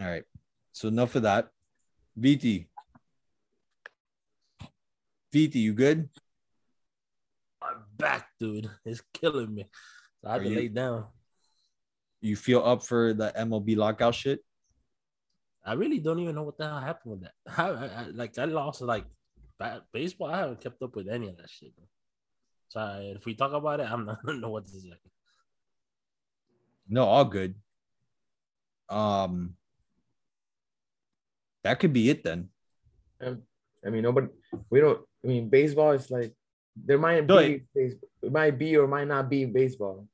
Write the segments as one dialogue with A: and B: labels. A: All right. So enough of that. VT. VT, you good?
B: My back, dude, is killing me. So I
A: Are
B: had to
A: you-
B: lay down.
A: You feel up for the MLB lockout shit?
B: I really don't even know what the hell happened with that. I, I, I like I lost like ba- baseball. I haven't kept up with any of that shit. Bro. So I- if we talk about it, I'm not I don't know what to say.
A: No, all good. Um, that could be it then.
C: I mean, nobody. We don't. I mean, baseball is like there might
A: No,
C: be base- it might be or might not be baseball.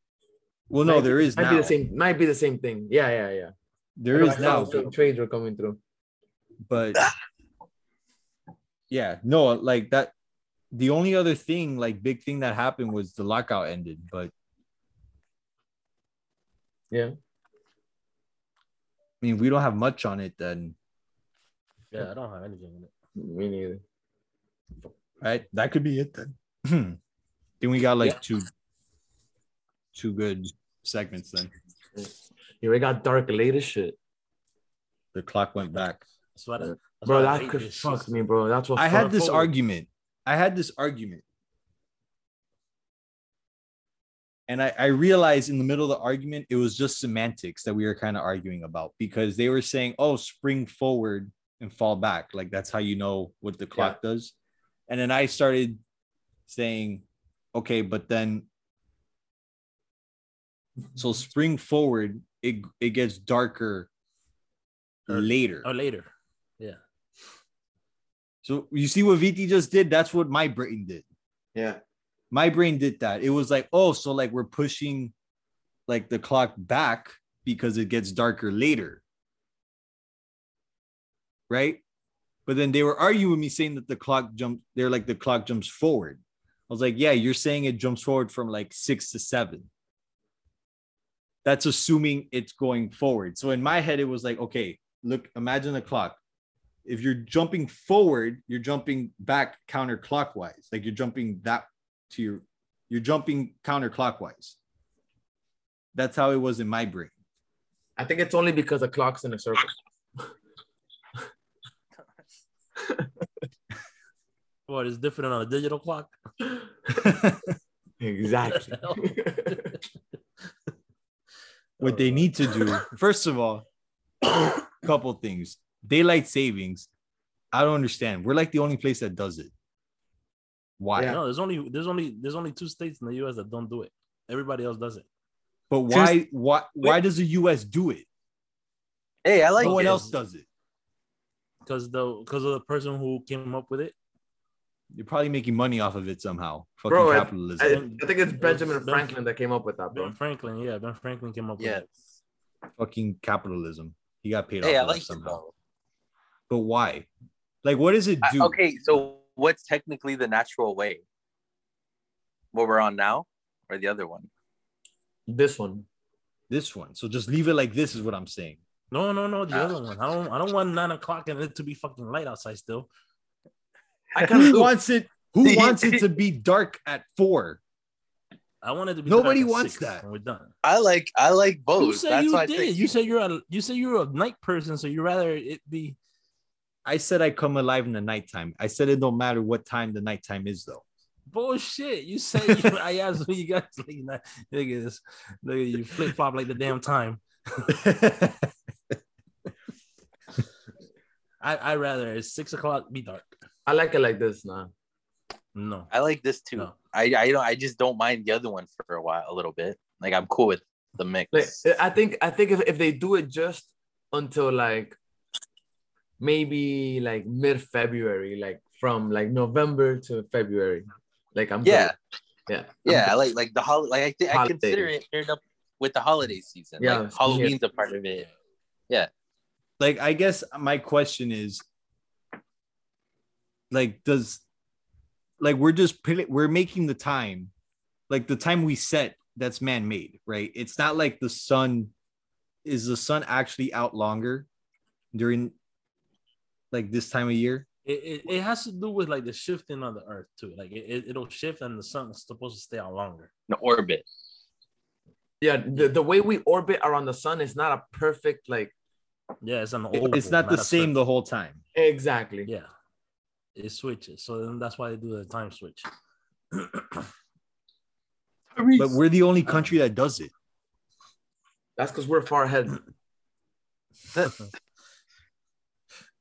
A: Well, no,
C: Might-
A: there is
C: might
A: now.
C: be the same. Might be the same thing. Yeah, yeah, yeah.
A: There
C: I
A: is
C: know I
A: now,
C: saw Some trades were coming through.
A: but yeah, no, like that. The only other thing, like big thing that happened was the lockout ended, but
C: Yeah.
A: I mean, we don't have much on it then,
B: Yeah, I don't have anything in it.
C: Me neither.
A: right? That could be it then. Hmm. then we got like
B: Yeah.
A: two, two good segments. Then
C: You already got dark later shit,
A: the clock went back.
B: That's what I, that's
C: bro.
B: why I
C: That
B: hate
C: could
B: this
C: fuck
B: shit.
C: me, bro. That's what
A: I had this
C: argument.
A: argument. I had this argument. And I, I realized in the middle of the argument, it was just semantics that we were kind of arguing about because they were saying, oh, spring forward and fall back. Like that's how you know what the clock does. And then I started saying, okay, but then so spring forward, it it gets darker
B: Or-
A: later.
B: Or Oh, later.
A: So you see what VT just did? That's what my brain did.
C: Yeah.
A: my brain did that. It was like, oh, so like we're pushing like the clock back because it gets darker later. Right? But then they were arguing with me saying that the clock jumps, they're like the clock jumps forward. I was like, yeah, you're saying it jumps forward from like six to seven. That's assuming it's going forward. So in my head, it was like, okay, look, imagine a clock if you're jumping forward, you're jumping back counterclockwise. Like you're jumping that to your, you're jumping counterclockwise. That's how it was in my brain.
C: I think it's only because the clock's in a circle.
B: What is different on a digital clock?
C: Exactly.
A: What
D: Oh.
A: they need to do, first of all, couple things. Daylight savings. I don't understand. We're like the only place that does it. Why?
C: Yeah.
B: No, there's only there's only there's only two states in the U.S. that don't do it. Everybody else does it.
A: But why? Why? Why does the U.S. do it?
D: Hey, I like
A: no one
D: it.
A: else does it.
B: because the because of the person who came up with it.
A: You're probably making money off of it somehow. Fucking
C: Bro, I-
A: capitalism.
C: I, I think it's Benjamin Franklin that came up with that,
B: Ben
C: bro.
B: Franklin, yeah, Ben Franklin came up
D: Yeah.
B: with it.
A: fucking capitalism. He got paid
D: Hey,
A: off
D: I
A: of that
D: like it
A: somehow.
D: though.
A: But why? Like, what does it
D: I-
A: do?
D: okay, so what's technically the natural way? What we're on now, or the other one?
C: This one.
A: This one. So just leave it like this is what I'm saying.
B: No, no, no, the
D: Ah.
B: other one. I don't I don't want nine o'clock and it to be fucking light outside still.
C: I kind
A: Who
C: of
A: wants it? Who wants it to be dark at four?
B: I wanted to be
A: Nobody
B: dark at
A: wants
B: six,
A: that.
B: And we're done.
D: I like I like both.
B: you said
D: Oh, That's
B: you
D: why I
B: did.
D: think
B: you said you're a you said you're a night person, so you rather it be
A: I said I come alive in the nighttime. I said it don't matter what time the nighttime is, though.
B: bullshit. You said you, I asked when you guys like nah, look at this, look at you flip flop like the damn time. I I rather it's six o'clock be dark.
C: I like it like this now.
B: No,
D: I like this too.
B: no.
D: I I don't I just don't mind the other one for a while, a little bit. Like I'm cool with the mix.
C: Like I think I think if, if they do it just until like maybe like mid February, like from like November to February. Like I'm
D: Yeah.
C: good. Yeah. I'm
D: yeah, I
C: good.
D: like like the hol- like I think I
C: Holidays.
D: consider it paired up with the holiday season.
C: Yeah,
D: like Halloween's a part of it.
A: like i guess my question is like does like we're just pl- we're making the time like the time we set that's man-made right it's not like the sun is the sun actually out longer during like this time of year
B: It, it, it has to do with like the shifting of the earth too. Like it, it, it'll shift and the sun's supposed to stay out longer.
D: The orbit.
C: yeah. The, the way we orbit around the sun is not a perfect like
B: Yeah, it's an
A: It- it's
B: oval,
A: not the
B: Oh, a
A: same
B: circle.
A: the whole time.
C: Exactly.
B: Yeah, it switches. So then that's why they do the time switch.
A: But we're the only country that does it.
C: That's because we're far ahead.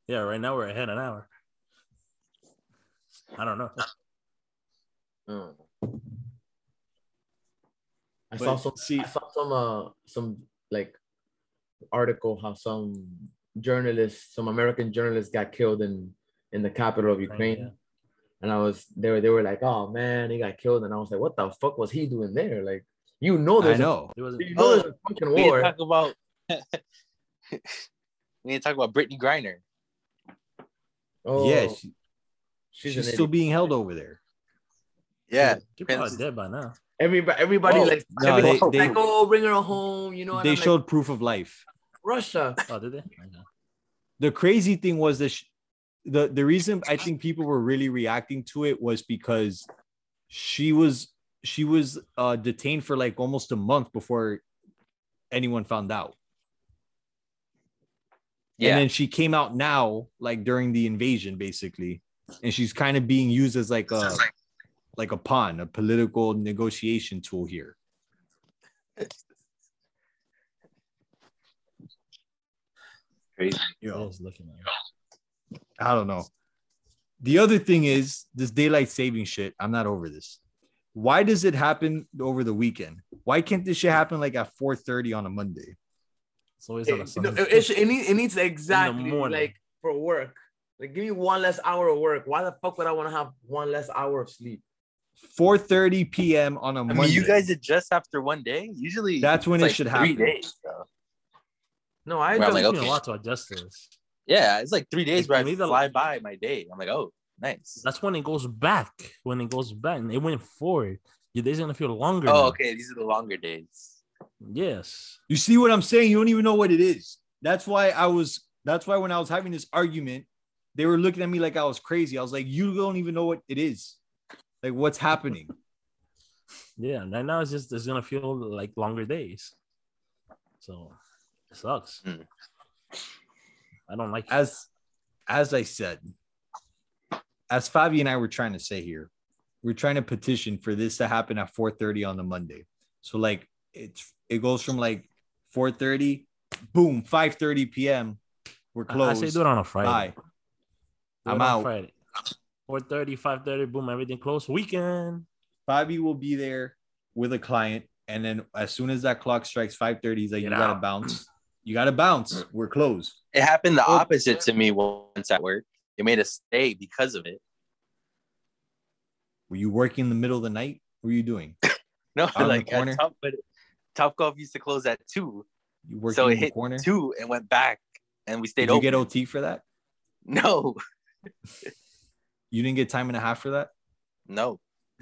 B: yeah, right now we're ahead an hour. I don't know.
C: Oh. I
A: But
C: saw some.
A: see-
C: I saw some. Uh, some like article how some journalists, some American journalists, got killed in in the capital of Ukraine.
B: yeah.
C: And I was they were they were like, oh man, he got killed, and I was like, what the fuck was he doing there? Like, you
A: I
C: know, Oh, there's
A: know. Oh.
B: It was
C: A, you know there's a fucking
D: We didn't
C: war.
D: talk about. we didn't talk about Brittany Griner.
C: Oh,
A: yeah, she-
C: she's,
A: she's
C: an
A: still
C: idiot.
A: being held over there.
D: Yeah,
B: people are
D: Princess-
B: dead by now.
C: everybody. Everybody
D: Oh,
C: like,
A: no,
C: everybody
A: they-
C: was
A: they-
C: like, oh, bring her home. You know, Oh, and
A: they
C: I'm like,
A: showed proof of life.
C: Russia.
B: Oh, did they? I know.
A: the crazy thing was that sh- the the reason I think people were really reacting to it was because she was she was uh, detained for like almost a month before anyone found out,
D: yeah.
A: and then she came out now, like during the invasion, basically, and she's kind of being used as like a like a pawn, a political negotiation tool here.
D: Crazy.
B: I was looking at it.
A: I don't know. The other thing is this daylight saving shit. I'm not over this. Why does it happen over the weekend? Why can't this shit happen like at 4:30 on a Monday?
B: It's always on a
C: It, Eh, no,
B: Sunday.
C: it, it, should- it needs, it needs exactly
B: morning.
C: like for work. Like, give me one less hour of work. Why the fuck would I want to have one less hour of sleep?
A: 4:30 p.m. on a
D: I
A: Monday.
D: mean, you guys adjust after one day. Usually,
A: That's when
D: it's
A: it
D: like
A: should
D: three
A: happen.
D: Days, so.
C: No, I
D: Well,
C: just,
D: I'm like,
B: Took me
D: okay.
B: a lot to adjust to this.
D: Yeah, it's like three days
B: Like,
D: where I
B: to me, the-
D: fly by my day. I'm like, oh, nice.
B: That's when it goes back. When it goes back, and it went forward. Your day's gonna feel longer.
D: Oh,
B: now.
D: okay. These are the longer days.
B: Yes.
A: You see what I'm saying? You don't even know what it is. That's why I was that's why when I was having this argument, they were looking at me like I was crazy. I was like, "You don't even know what it is." Like what's happening?
B: Yeah. Right now, it's just it's gonna feel like longer days. So, it sucks.
D: Hmm.
B: I don't like. it.
A: as as I said, as Fabi and I were trying to say here, we're trying to petition for this to happen at 4:30 on the Monday. So like it's it goes from like 4:30, boom, 5:30 p.m. We're
B: I- I
A: closed.
B: say do it on a Friday.
A: Bye.
B: Do it
A: I'm
B: on
A: out.
B: Friday. 4.30, 5.30, boom, everything closed. Weekend.
A: Fabi will be there with a client, and then as soon as that clock strikes 5:30, he's like, "You
B: Get
A: gotta
B: out."
A: bounce. You gotta bounce. We're closed."
D: It happened the
A: Well-
D: opposite to me once at work. They made us stay because of it.
A: Were you working in the middle of the night? What were you doing?
D: No,
A: in the
D: like at
A: corner?
D: Top, but Top Golf used to close at two,
A: You working
D: so it
A: in the
D: hit
A: corner?
D: two and went back, and we stayed
A: Did you
D: open.
A: get OT for that?
D: no,
A: You didn't get time and a half for that?
D: no,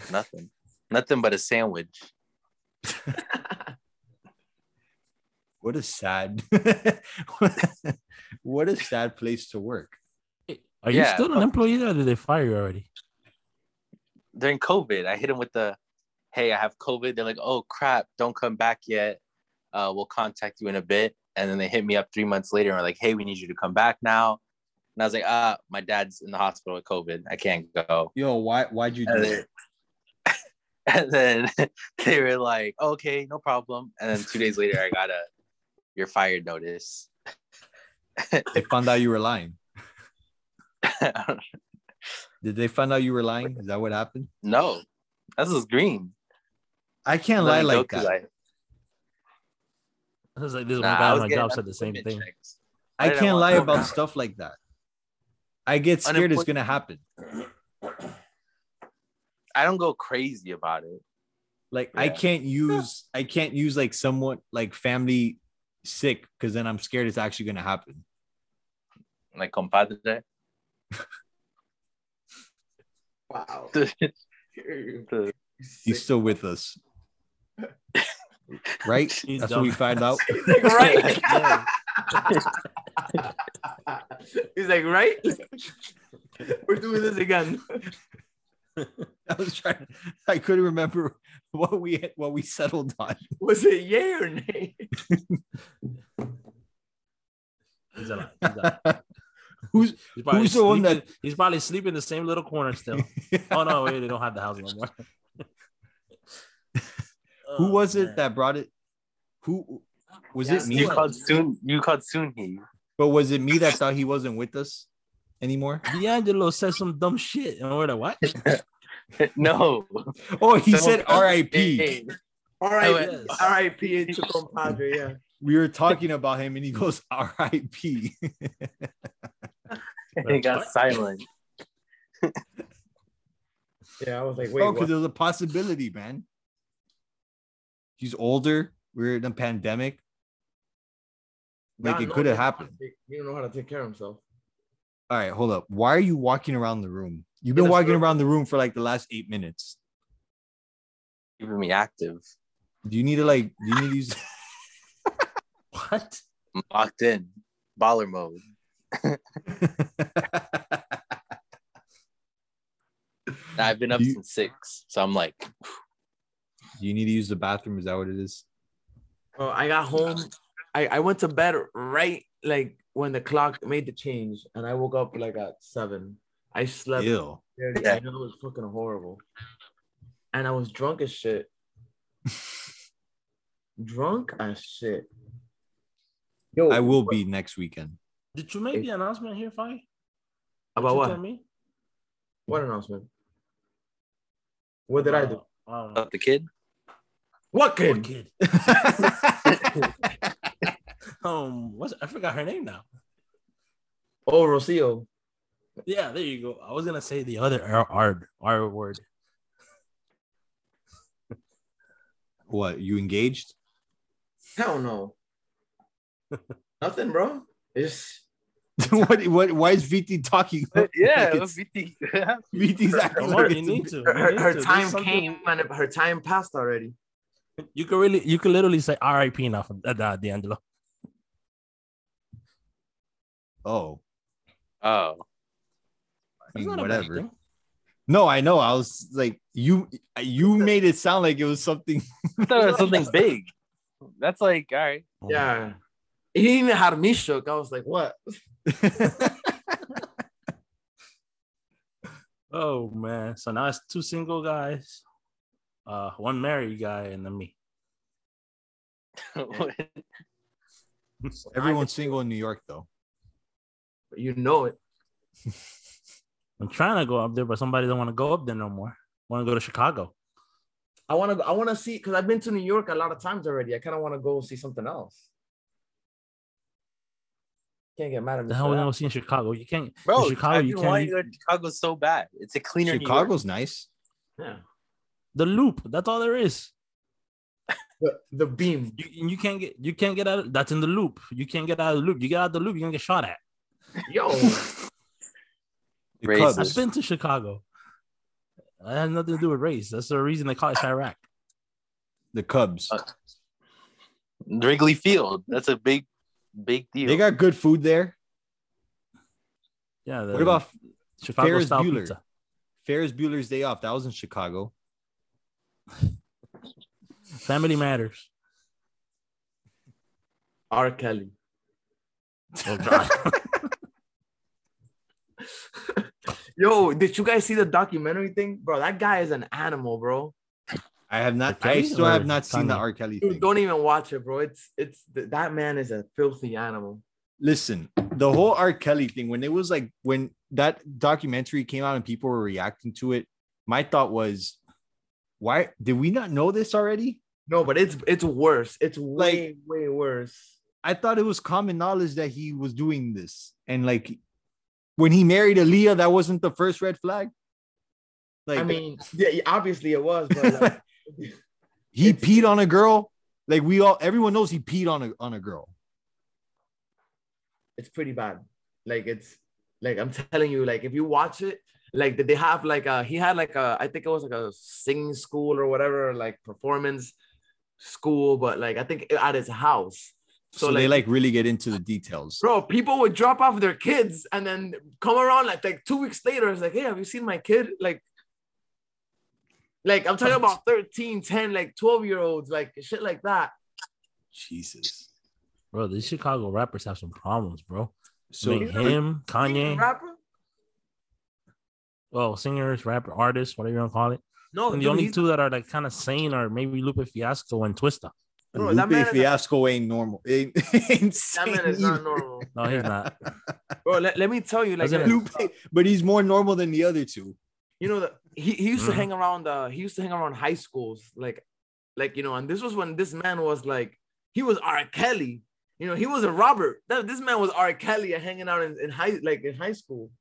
D: nothing, nothing but a sandwich.
A: What a sad, what a sad place to work.
B: Are you
D: Yeah.
B: still an employee there or did they fire you already?
D: During COVID, I hit him with the, "Hey, I have COVID." They're like, "Oh crap, don't come back yet. Uh, we'll contact you in a bit." And then they hit me up three months later and were like, "Hey, we need you to come back now." And I was like, "Ah, my dad's in the hospital with COVID. I can't go."
A: Yo, why why'd you do
D: And
A: that?
D: then, and then they were like, okay, no problem. And then two days later, I got a you're fired notice.
A: They found out you were lying.
D: no,
A: Did they find out you were lying? Is that what happened?
D: this is green.
A: I can't
D: Let
A: lie
D: me
A: like
D: go to,
A: that.
D: like-
B: I was like, this
D: Nah,
B: one
D: I
B: guy on
D: was
B: my
D: getting
B: job said the same
D: unemployment
B: thing.
D: checks. I
A: I
D: didn't
A: can't
D: want
A: lie
D: to-
A: about stuff like that. I get scared it's
D: Unemployed-
A: gonna happen.
D: I don't go crazy about it.
A: Like I
D: Yeah.
A: can't use I can't use like someone like family sick because then I'm scared it's actually gonna happen.
D: Like compadre.
C: wow.
A: He's still with us. Right?
B: He's
A: That's what we
B: dumb.
A: find out.
C: He's like, right?
B: Yeah.
C: He's like, right? We're doing this again.
A: I was trying. I couldn't remember what we what we settled on.
C: Was it yay or nay?
B: He's alive. He's, alive.
A: Who's
B: He's probably
A: Who's the one
B: sleeping- He's probably sleeping in the same little corner still. oh no, wait, they don't have the house no more.
A: who
B: Oh,
A: was it
B: man.
A: that brought it? Who was
B: Yes,
A: it me?
D: You
B: what?
D: called soon. You called soon. He.
A: But was it me that thought he wasn't with us anymore?
B: D'Angelo said some dumb shit, and we're like, "What?"
D: no.
A: Oh, he
D: Someone-
A: said R.I.P.
D: Hey,
C: All
D: Oh,
C: right,
B: yes.
C: all right, P. Chico compadre. Yeah,
A: We were talking about him, and he goes R.I.P.
D: It got
B: What?
D: silent.
C: yeah. I was like, wait,
A: oh, because
C: what?
A: it was a possibility, man. He's older. We're in a pandemic. Like
C: Not
A: it could have
C: knowing-
A: happened.
C: He don't know how to take care of himself.
A: All right, hold up. Why are you walking around the room? You've been
C: In a
A: walking
C: circle.
A: around the room for like the last eight minutes.
D: Keeping me active.
A: Do you need to like? Do you need to use?
B: What?
D: I'm locked in. Baller mode. I've been up
A: You-
D: since six, so I'm like,
A: Do you need to use the bathroom? Is that what it is?
C: Oh, I got home. I, I went to bed right like when the clock made the change, and I woke up like at seven. I slept.
A: Ew.
C: dirty.
D: Yeah.
C: I know it was fucking horrible, and I was drunk as shit. drunk as shit. Yo,
A: I will be next weekend.
B: Did you make the announcement here, Fi? Did
C: About
B: you
C: what?
B: tell me?
C: What announcement? What did I do?
B: I don't
C: Uh,
B: know.
D: up the kid.
C: What
B: Oh, Poor
C: kid?
B: kid. Um, what's I forgot her name now.
C: Oh, Rocio.
B: Yeah, there you go. I was gonna say the other R R, R word.
A: what? You engaged?
C: Hell no. Nothing, bro. It's
A: what? What? Why is VT talking?
D: Uh, Yeah.
A: It's-
D: VT.
A: VT's acting
B: Come on,
A: like
B: you
A: it's a-
B: need to. you
C: her,
B: need
C: her
B: to. There's
C: time
B: something-
C: came and it- her time passed already.
B: You could really, you could literally say R.I.P. now for uh, uh, D'Angelo.
A: Oh,
D: oh,
A: I mean,
B: That's not a bad
A: whatever.
B: thing.
A: No, I know. I was like, you, you made it sound like it was something.
D: I thought it was something big. That's like, all right.
C: Yeah. He even had me shook. I was like, what?
B: Oh man. So now it's two single guys, uh, one married guy, and then me.
A: Everyone's single in New York, though.
C: You know it.
B: I'm trying to go up there, but somebody don't want to go up there no more. Want to go to Chicago?
C: I want to I want to see because I've been to New York a lot of times already. I kind of want to go see something else. Can't get mad at me.
B: The
C: for
B: hell we
C: that.
B: don't see in Chicago? You can't.
D: Bro,
B: in Chicago,
D: I've
B: you
D: been
B: can't.
D: wanting to
B: eat-
D: go to Chicago so bad. It's a cleaner New York.
A: Chicago's nice.
C: Yeah.
B: The loop. That's all there is.
C: The, the beam.
B: You and you can't get. You can't get out. That's in the loop. You can't get out of the loop. You get out of the loop, you're gonna get shot at.
C: Yo.
A: The
D: Racist.
A: club
B: I've
A: is-
B: been to Chicago. That has nothing to do with race. That's the reason they call it Chirac.
A: The Cubs.
D: Uh, Wrigley Field. That's a big, big deal.
A: They got good food there.
B: Yeah.
A: What about
B: Chicago
A: Ferris
B: style
A: Bueller?
B: pizza?
A: Ferris Bueller's Day Off? That was in Chicago.
B: Family matters.
C: R. Kelly.
B: Oh God.
C: Yo, did you guys see the documentary thing? Bro, that guy is an animal, bro.
A: I have not.
B: R. Kelly
A: I still have
B: or
A: not seen the
B: Kanye?
A: R. Kelly
C: Dude,
A: thing.
C: don't even watch it, bro. It's it's that man is a filthy animal.
A: Listen, the whole R. Kelly thing. When it was like when that documentary came out and people were reacting to it, my thought was, why did we not know this already?
C: No, but it's it's worse. It's way way worse.
A: I thought it was common knowledge that he was doing this. And like when he married Aaliyah, that wasn't the first red flag. Like
C: I mean, yeah, yeah, obviously it was, but like,
A: he
C: it's-
A: peed on a girl. Like we all everyone knows he peed on a on a girl.
C: it's pretty bad. Like it's like I'm telling you, like if you watch it, like did they have like a he had like a I think it was like a singing school or whatever, like performance school, but like I think at his house.
A: So, they like really get into the details.
C: bro, people would drop off their kids and then come around like, like two weeks later. It's like, hey, have you seen my kid? Like, like I'm talking about 13, 10, like 12 year olds, like shit like that.
A: Jesus.
B: Bro, these Chicago rappers have some problems, bro. So
A: So
B: him, Kanye,
C: Rapper?
B: well, singers, rapper, artists, whatever you want to call it.
C: No,
B: And the
C: dude,
B: only
C: he's-
B: two that are like kind of sane are maybe Lupe Fiasco and Twista.
C: Bro, that
A: Lupe
C: man is a-
A: Fiasco ain't normal. Ain't, ain't
C: that man is
A: sane
C: not
A: either.
C: normal.
B: No, he's not.
C: Bro, let, let me tell you, like,
B: Doesn't
C: this,
A: Lupe, but he's more normal than the other two.
C: you know, the, he, he used
B: Mhm.
C: to hang around. Uh, he used to hang around high schools, like, like you know, and this was when this man was like, he was R. Kelly. You know, he was a robber. That, this man was R. Kelly and hanging out in, in high, like in high school,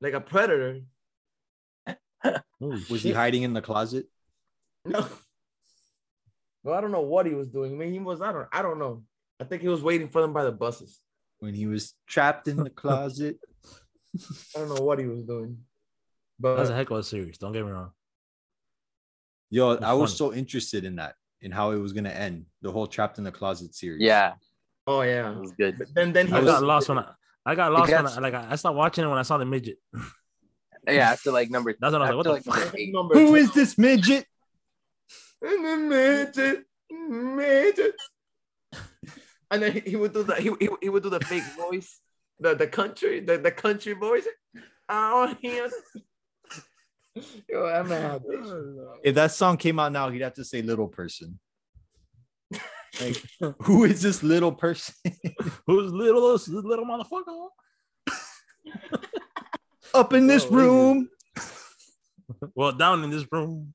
C: like a predator.
B: Holy
A: Was he
B: shit.
A: hiding in the closet?
C: No. Well, I don't know what he was doing. I mean, he was, I don't, I don't know. I think he was waiting for them by the buses.
A: when he was trapped in the closet.
C: I don't know what he was doing.
B: That's a
C: But
B: heck of a series. Don't get me wrong.
A: Yo,
B: That's
A: I was
B: funny.
A: so interested in that and how it was gonna end the whole trapped in the closet series.
D: Yeah,
C: oh
D: it
C: yeah.
D: was good.
C: But then then he
B: I
A: was-
B: got lost when I, I got lost when
D: gets-
B: I, like I I stopped watching it when I saw the midget.
D: Yeah, after like number.
B: That's when I was
D: after,
B: like, what
D: like
B: the fuck?
D: number eight.
C: number
A: Who
C: two.
A: is this midget?
C: And then midget, midget. And then he, he would do the he, he, he would do the fake voice, the, the country, the, the country voice. Out here. Yo, I'm mad.
A: If that song came out now, he'd have to say little person. Like, who is this little person?
B: Who's little this little motherfucker?
A: Up in this
C: Yo, what is this?
A: room.
B: Well, down in this room.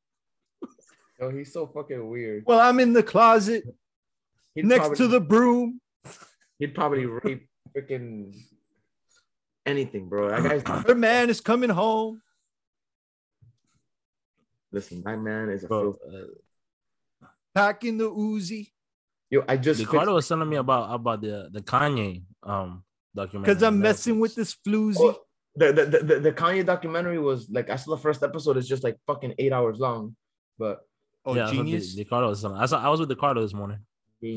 C: Yo, he's so fucking weird.
A: Well, I'm in the closet
C: He'd
A: next
C: probably-
A: to the broom.
C: He'd probably rape freaking anything, bro. That guy's
A: Her man is coming home.
C: listen. That man is a
B: Bro,
C: filth.
B: uh,
A: Packing the Uzi.
C: Yo, I just fixed-
B: Ricardo was telling me about about the the Kanye um documentary.
A: Because I'm
B: on
A: messing with
B: Netflix.
A: this floozy.
C: Oh, the, the, the the Kanye documentary was like I saw the first episode. It's just like fucking eight hours long, but
A: oh
B: yeah, that's what
A: genius.
B: Di- Ricardo was telling me. I saw I was with Ricardo this morning.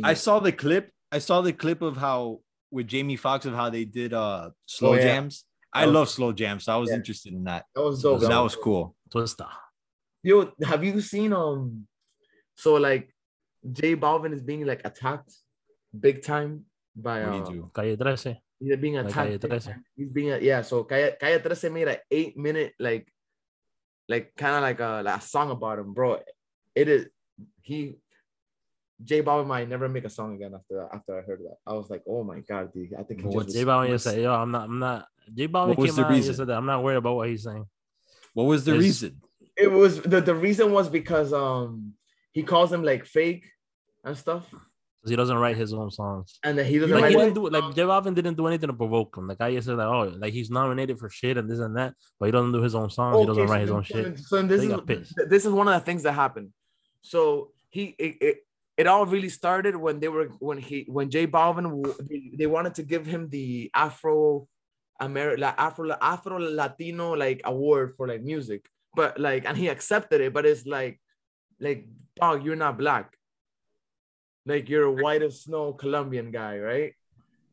A: I saw the clip. I saw the clip of how with Jamie Foxx of how they did uh slow
C: Oh, yeah.
A: jams. I
C: That was-
A: love slow jams, so I was
C: Yeah.
A: interested in that.
C: that was dope.
A: So that was cool.
B: Twista.
C: Yo, have you seen um? So like, Jay Balvin is being like attacked, big time by
A: What do
C: uh,
A: you do?
B: Calle 13.
C: he's being
B: Like
C: attacked.
B: Calle
C: big
B: 13.
C: time. He's being yeah. So Calle, Calle 13 made an eight minute like, like kind of like a like a song about him, bro. It is he. Jay Balvin might never make a song again after that. After I heard that, I was like, "Oh my god, dude! I think he
A: But
C: just
A: what's-
B: J Balvin just said, "Yo, I'm not, I'm not." J Balvin
A: What was
B: came
A: the
B: out and
A: reason?
B: just said that I'm not worried about what he's saying.
A: What was the
B: It's-
A: reason?
C: it was the, the reason was because um he calls him like fake and stuff
B: Cause he doesn't write his own songs.
C: and then he doesn't
A: You know
B: Like he
C: write
A: what?
B: didn't do like J Balvin didn't do anything to provoke him. Like I just said, like oh, like he's nominated for shit and this and that, but he doesn't do his own songs. he doesn't
C: Okay,
B: write
C: so
B: his
C: then-
B: own
C: so
B: shit.
C: then- So then this
B: They
C: is
B: got pissed.
C: th- this is one of the things that happened. So he it, it, it all really started when they were when he when Jay Balvin w- they, they wanted to give him the Afro Ameri- la Afro Afro Latino like award for like music, but like and he accepted it, but it's like like dog, you're not black. Like you're a white as snow Colombian guy, right?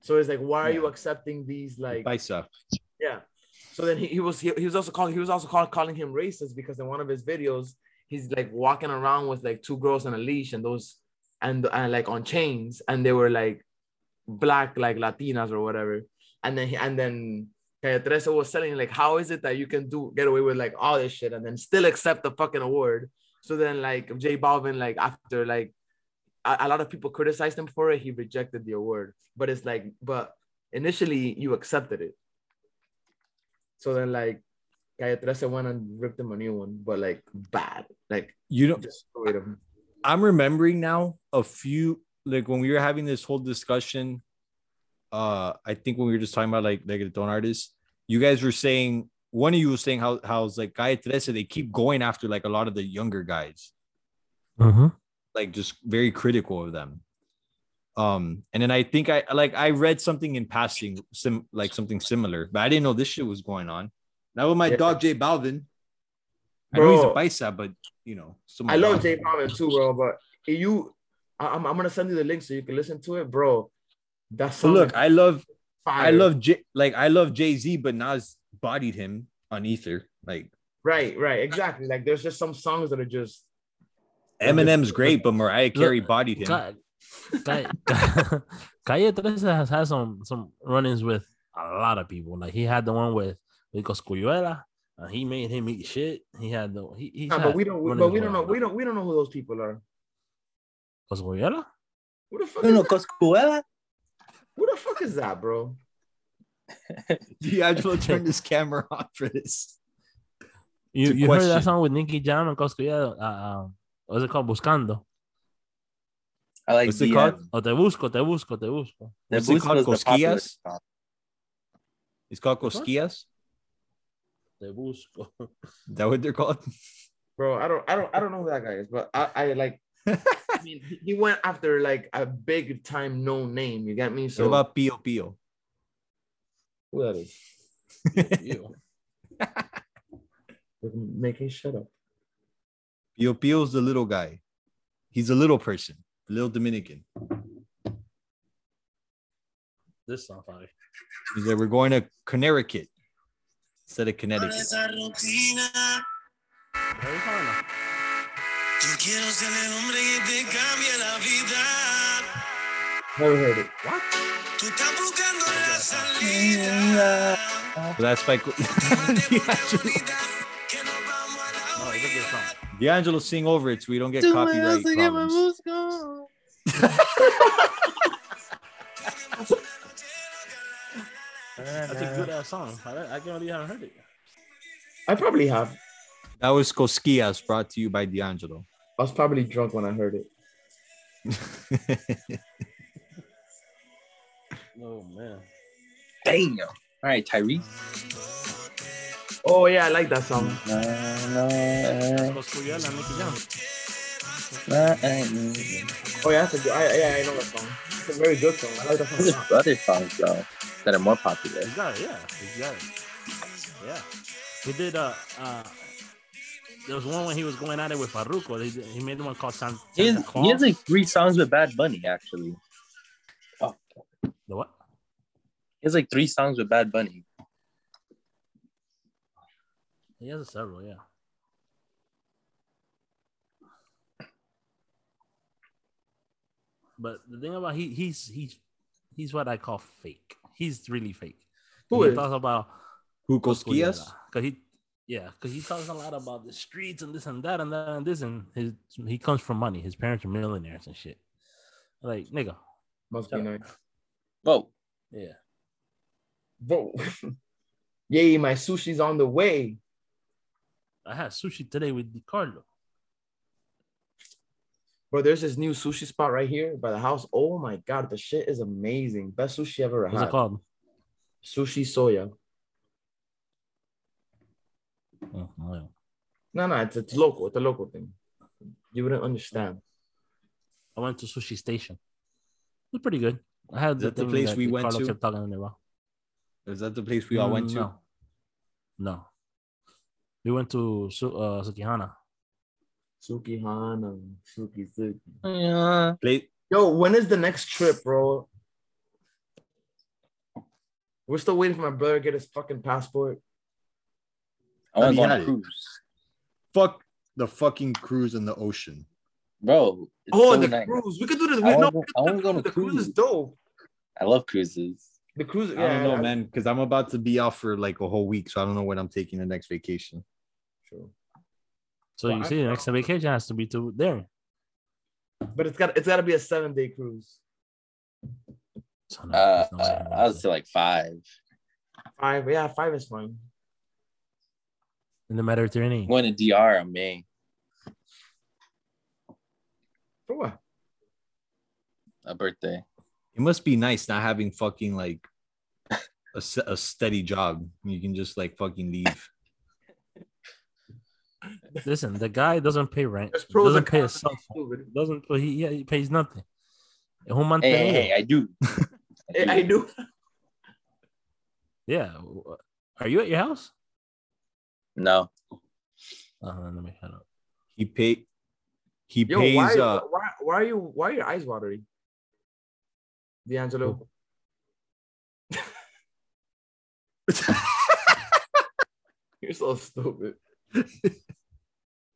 C: So it's like, why are you accepting these like
A: Paisa.
C: yeah. So then he, he was he, he was also calling he was also call, calling him racist because in one of his videos he's like walking around with like two girls on a leash and those and, and like on chains and they were like black like Latinas or whatever and then he, and then Calle 13 was telling him, like how is it that you can do get away with like all this shit and then still accept the fucking award so then like J Balvin like after like a, a lot of people criticized him for it he rejected the award but it's like but initially you accepted it so then like Calle 13 went and ripped him a new one, but like bad. Like
A: You know,
C: destroyed him.
A: I'm remembering now a few like when we were having this whole discussion. Uh, I think when we were just talking about like reggaeton artists, you guys were saying one of you was saying how how's like Calle 13, they keep going after like a lot of the younger guys.
B: Mm-hmm.
A: like just very critical of them. Um, and then I think I like I read something in passing, sim like something similar, but I didn't know this shit was going on. Now with my
C: Yeah.
A: dog Jay Balvin, I know
C: Bro.
A: he's a paisa, but you know, so
C: I love J Balvin too, bro. But if you I, am I'm gonna send you the link so you can listen to it, bro. That's
A: So look, I love
C: fire.
A: I love J like I love Jay Z, but Nas bodied him on Ether. Like
C: right, right, exactly. Like there's just some songs that are just
A: Eminem's great, but Mariah Carey bodied him.
B: Ka- Calle, Calle 13 has had some some run-ins with a lot of people. Like he had the one with with Coscuyuela. Uh, he made him eat shit. He had the he, he's
C: Nah,
B: had
C: but we don't.
B: run-ins
C: But we
B: with
C: don't know. We don't. We don't know who those people are.
B: Coscuyuela.
C: Who the fuck?
D: No,
C: Is
D: no, eh?
C: that?
D: Coscuela.
C: Who the fuck is that, bro?
A: D'Angelo turned his camera on for this.
B: You,
A: a
B: you heard
A: question.
B: that song with Nicky Jam and Coscuyuela? Uh, um, what's it called? Buscando.
D: I like
A: What's
D: the,
A: it called?
D: um,
B: O te busco, te busco, te busco.
D: the
A: What's it
D: Boost
A: called?
D: was the popular
A: Cosquillas?
D: song.
A: It's called
B: Which one?
A: Cosquillas.
B: Te busco.
A: Is that what they're called?
C: Bro, I don't. I don't. I don't know who that guy is. But I. I like. I mean, he- he went after like a big time known name. You get me? So
A: what about Pio Pio?
C: who that is?
B: Ew.
C: Make him shut up.
A: Pio Pio's the little guy. He's a little person, little Dominican.
B: this song fire.
A: He's like, we're going to Connecticut instead of Connecticut.
E: esa rutina.
B: Very fine.
E: Yo quiero ser el hombre que te cambie la vida.
C: Never heard it.
E: Tú estás buscando la salida.
A: So that's like
E: Una temporada
A: D'Angelo,
E: bonita que nos vamos
B: No,
E: a la
B: Oh, it's a good
E: huida.
B: song.
A: D'Angelo sing over it so we don't get copyright problems.
E: Tenemos una noche loca, la, la, la, la.
B: That's a good ass song. I, I can't believe I haven't heard it.
C: I probably have.
A: That was Cosquillas brought to you by D'Angelo.
C: I was probably drunk when I heard it.
B: Oh man.
D: Damn. All right, Tyree.
C: Oh yeah, I like that song.
B: Coscuyuela and Nicky Jam.
D: There's
C: Oh yeah, that's a good. I, yeah, I know that song. It's a very good song. I like that song. a lot.
D: other songs though that are more popular.
B: He's got it, yeah. He's got it. Yeah. He did uh uh there was one when he was going at it with Farruko. He, he made one called San
D: He
B: Santa
D: has, he
B: Claus.
D: has like three songs with Bad Bunny actually.
B: the what?
D: He has like three songs with Bad Bunny.
B: He has several, yeah. But the thing about he he's he's he's what I call fake. He's really fake.
C: Who
B: he
C: is?
B: talks about
A: Who Cosquillas?
B: Cause he, yeah, because he talks a lot about the streets and this and that and that and this and his. He comes from money. His parents are millionaires and shit. Like nigga,
C: Must be nice.
D: Whoa.
B: yeah.
C: Whoa. Yay, my sushi's on the way.
B: I had sushi today with DiCarlo.
C: Bro, there's this new sushi spot right here by the house. Oh my god, the shit is amazing. Best sushi ever
B: What's
C: had.
B: it called?
C: Sushi soya.
B: Oh, no.
C: No, no, it's it's local. It's a local thing. You wouldn't understand.
B: I went to Sushi Station. It was pretty good. I had
A: Is that the
B: thing
A: place we went
B: DiCarlo
A: to?
B: Kept talking about. Mm,
A: Is that the place we all went to?
B: No. No. We went to Su- uh, Sukihana.
C: Sukihana, Suki Suki.
D: Yeah.
A: Play-
C: Yo, when is the next trip, bro? We're still waiting for my brother to get his fucking passport.
D: I
A: Let
D: want to
A: me
D: go on
A: at
D: a
A: it.
D: cruise.
A: Fuck the fucking cruise in the ocean.
D: Bro. it's
C: oh,
D: so
C: the
D: nice.
C: cruise. We could do this.
D: I
C: We, no,
D: wanna go- I wanna go on a
C: the cruise is
D: cruise.
C: dope.
D: I love cruises.
C: The cruise.
A: I don't
C: yeah,
A: know,
C: I-
A: man, because I'm about to be off for like a whole week, so I don't know when I'm taking the next vacation.
C: True.
B: So
C: Well,
B: you
C: I-
B: see, the next vacation has to be to there.
C: But it's got it's got to be a seven day cruise.
B: So no,
D: Uh,
B: it's not like-
D: I would say like five.
C: Five, yeah, five is fine.
B: in the Mediterranean.
D: Going to DR on May.
C: For what?
D: A birthday.
A: It must be nice not having fucking like a, se- a steady job. You can just like fucking leave.
B: Listen, the guy doesn't pay rent.
C: There's pros
B: Doesn't
C: and
B: pay his
C: cons.
B: cell phone.
C: Stupid.
B: Doesn't but he yeah, he pays nothing. Un man
D: Hey,
B: tenido.
D: hey, hey, I do.
C: I, I do.
B: Yeah. Are you at your house?
D: No.
B: Uh, let me shut up.
A: He pay he
C: Yo,
A: pays
C: why,
A: uh
C: why, why are you why are your eyes watery? D'Angelo. Oh. You're so stupid.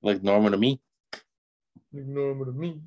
D: Look normal to me.
C: You're normal to me.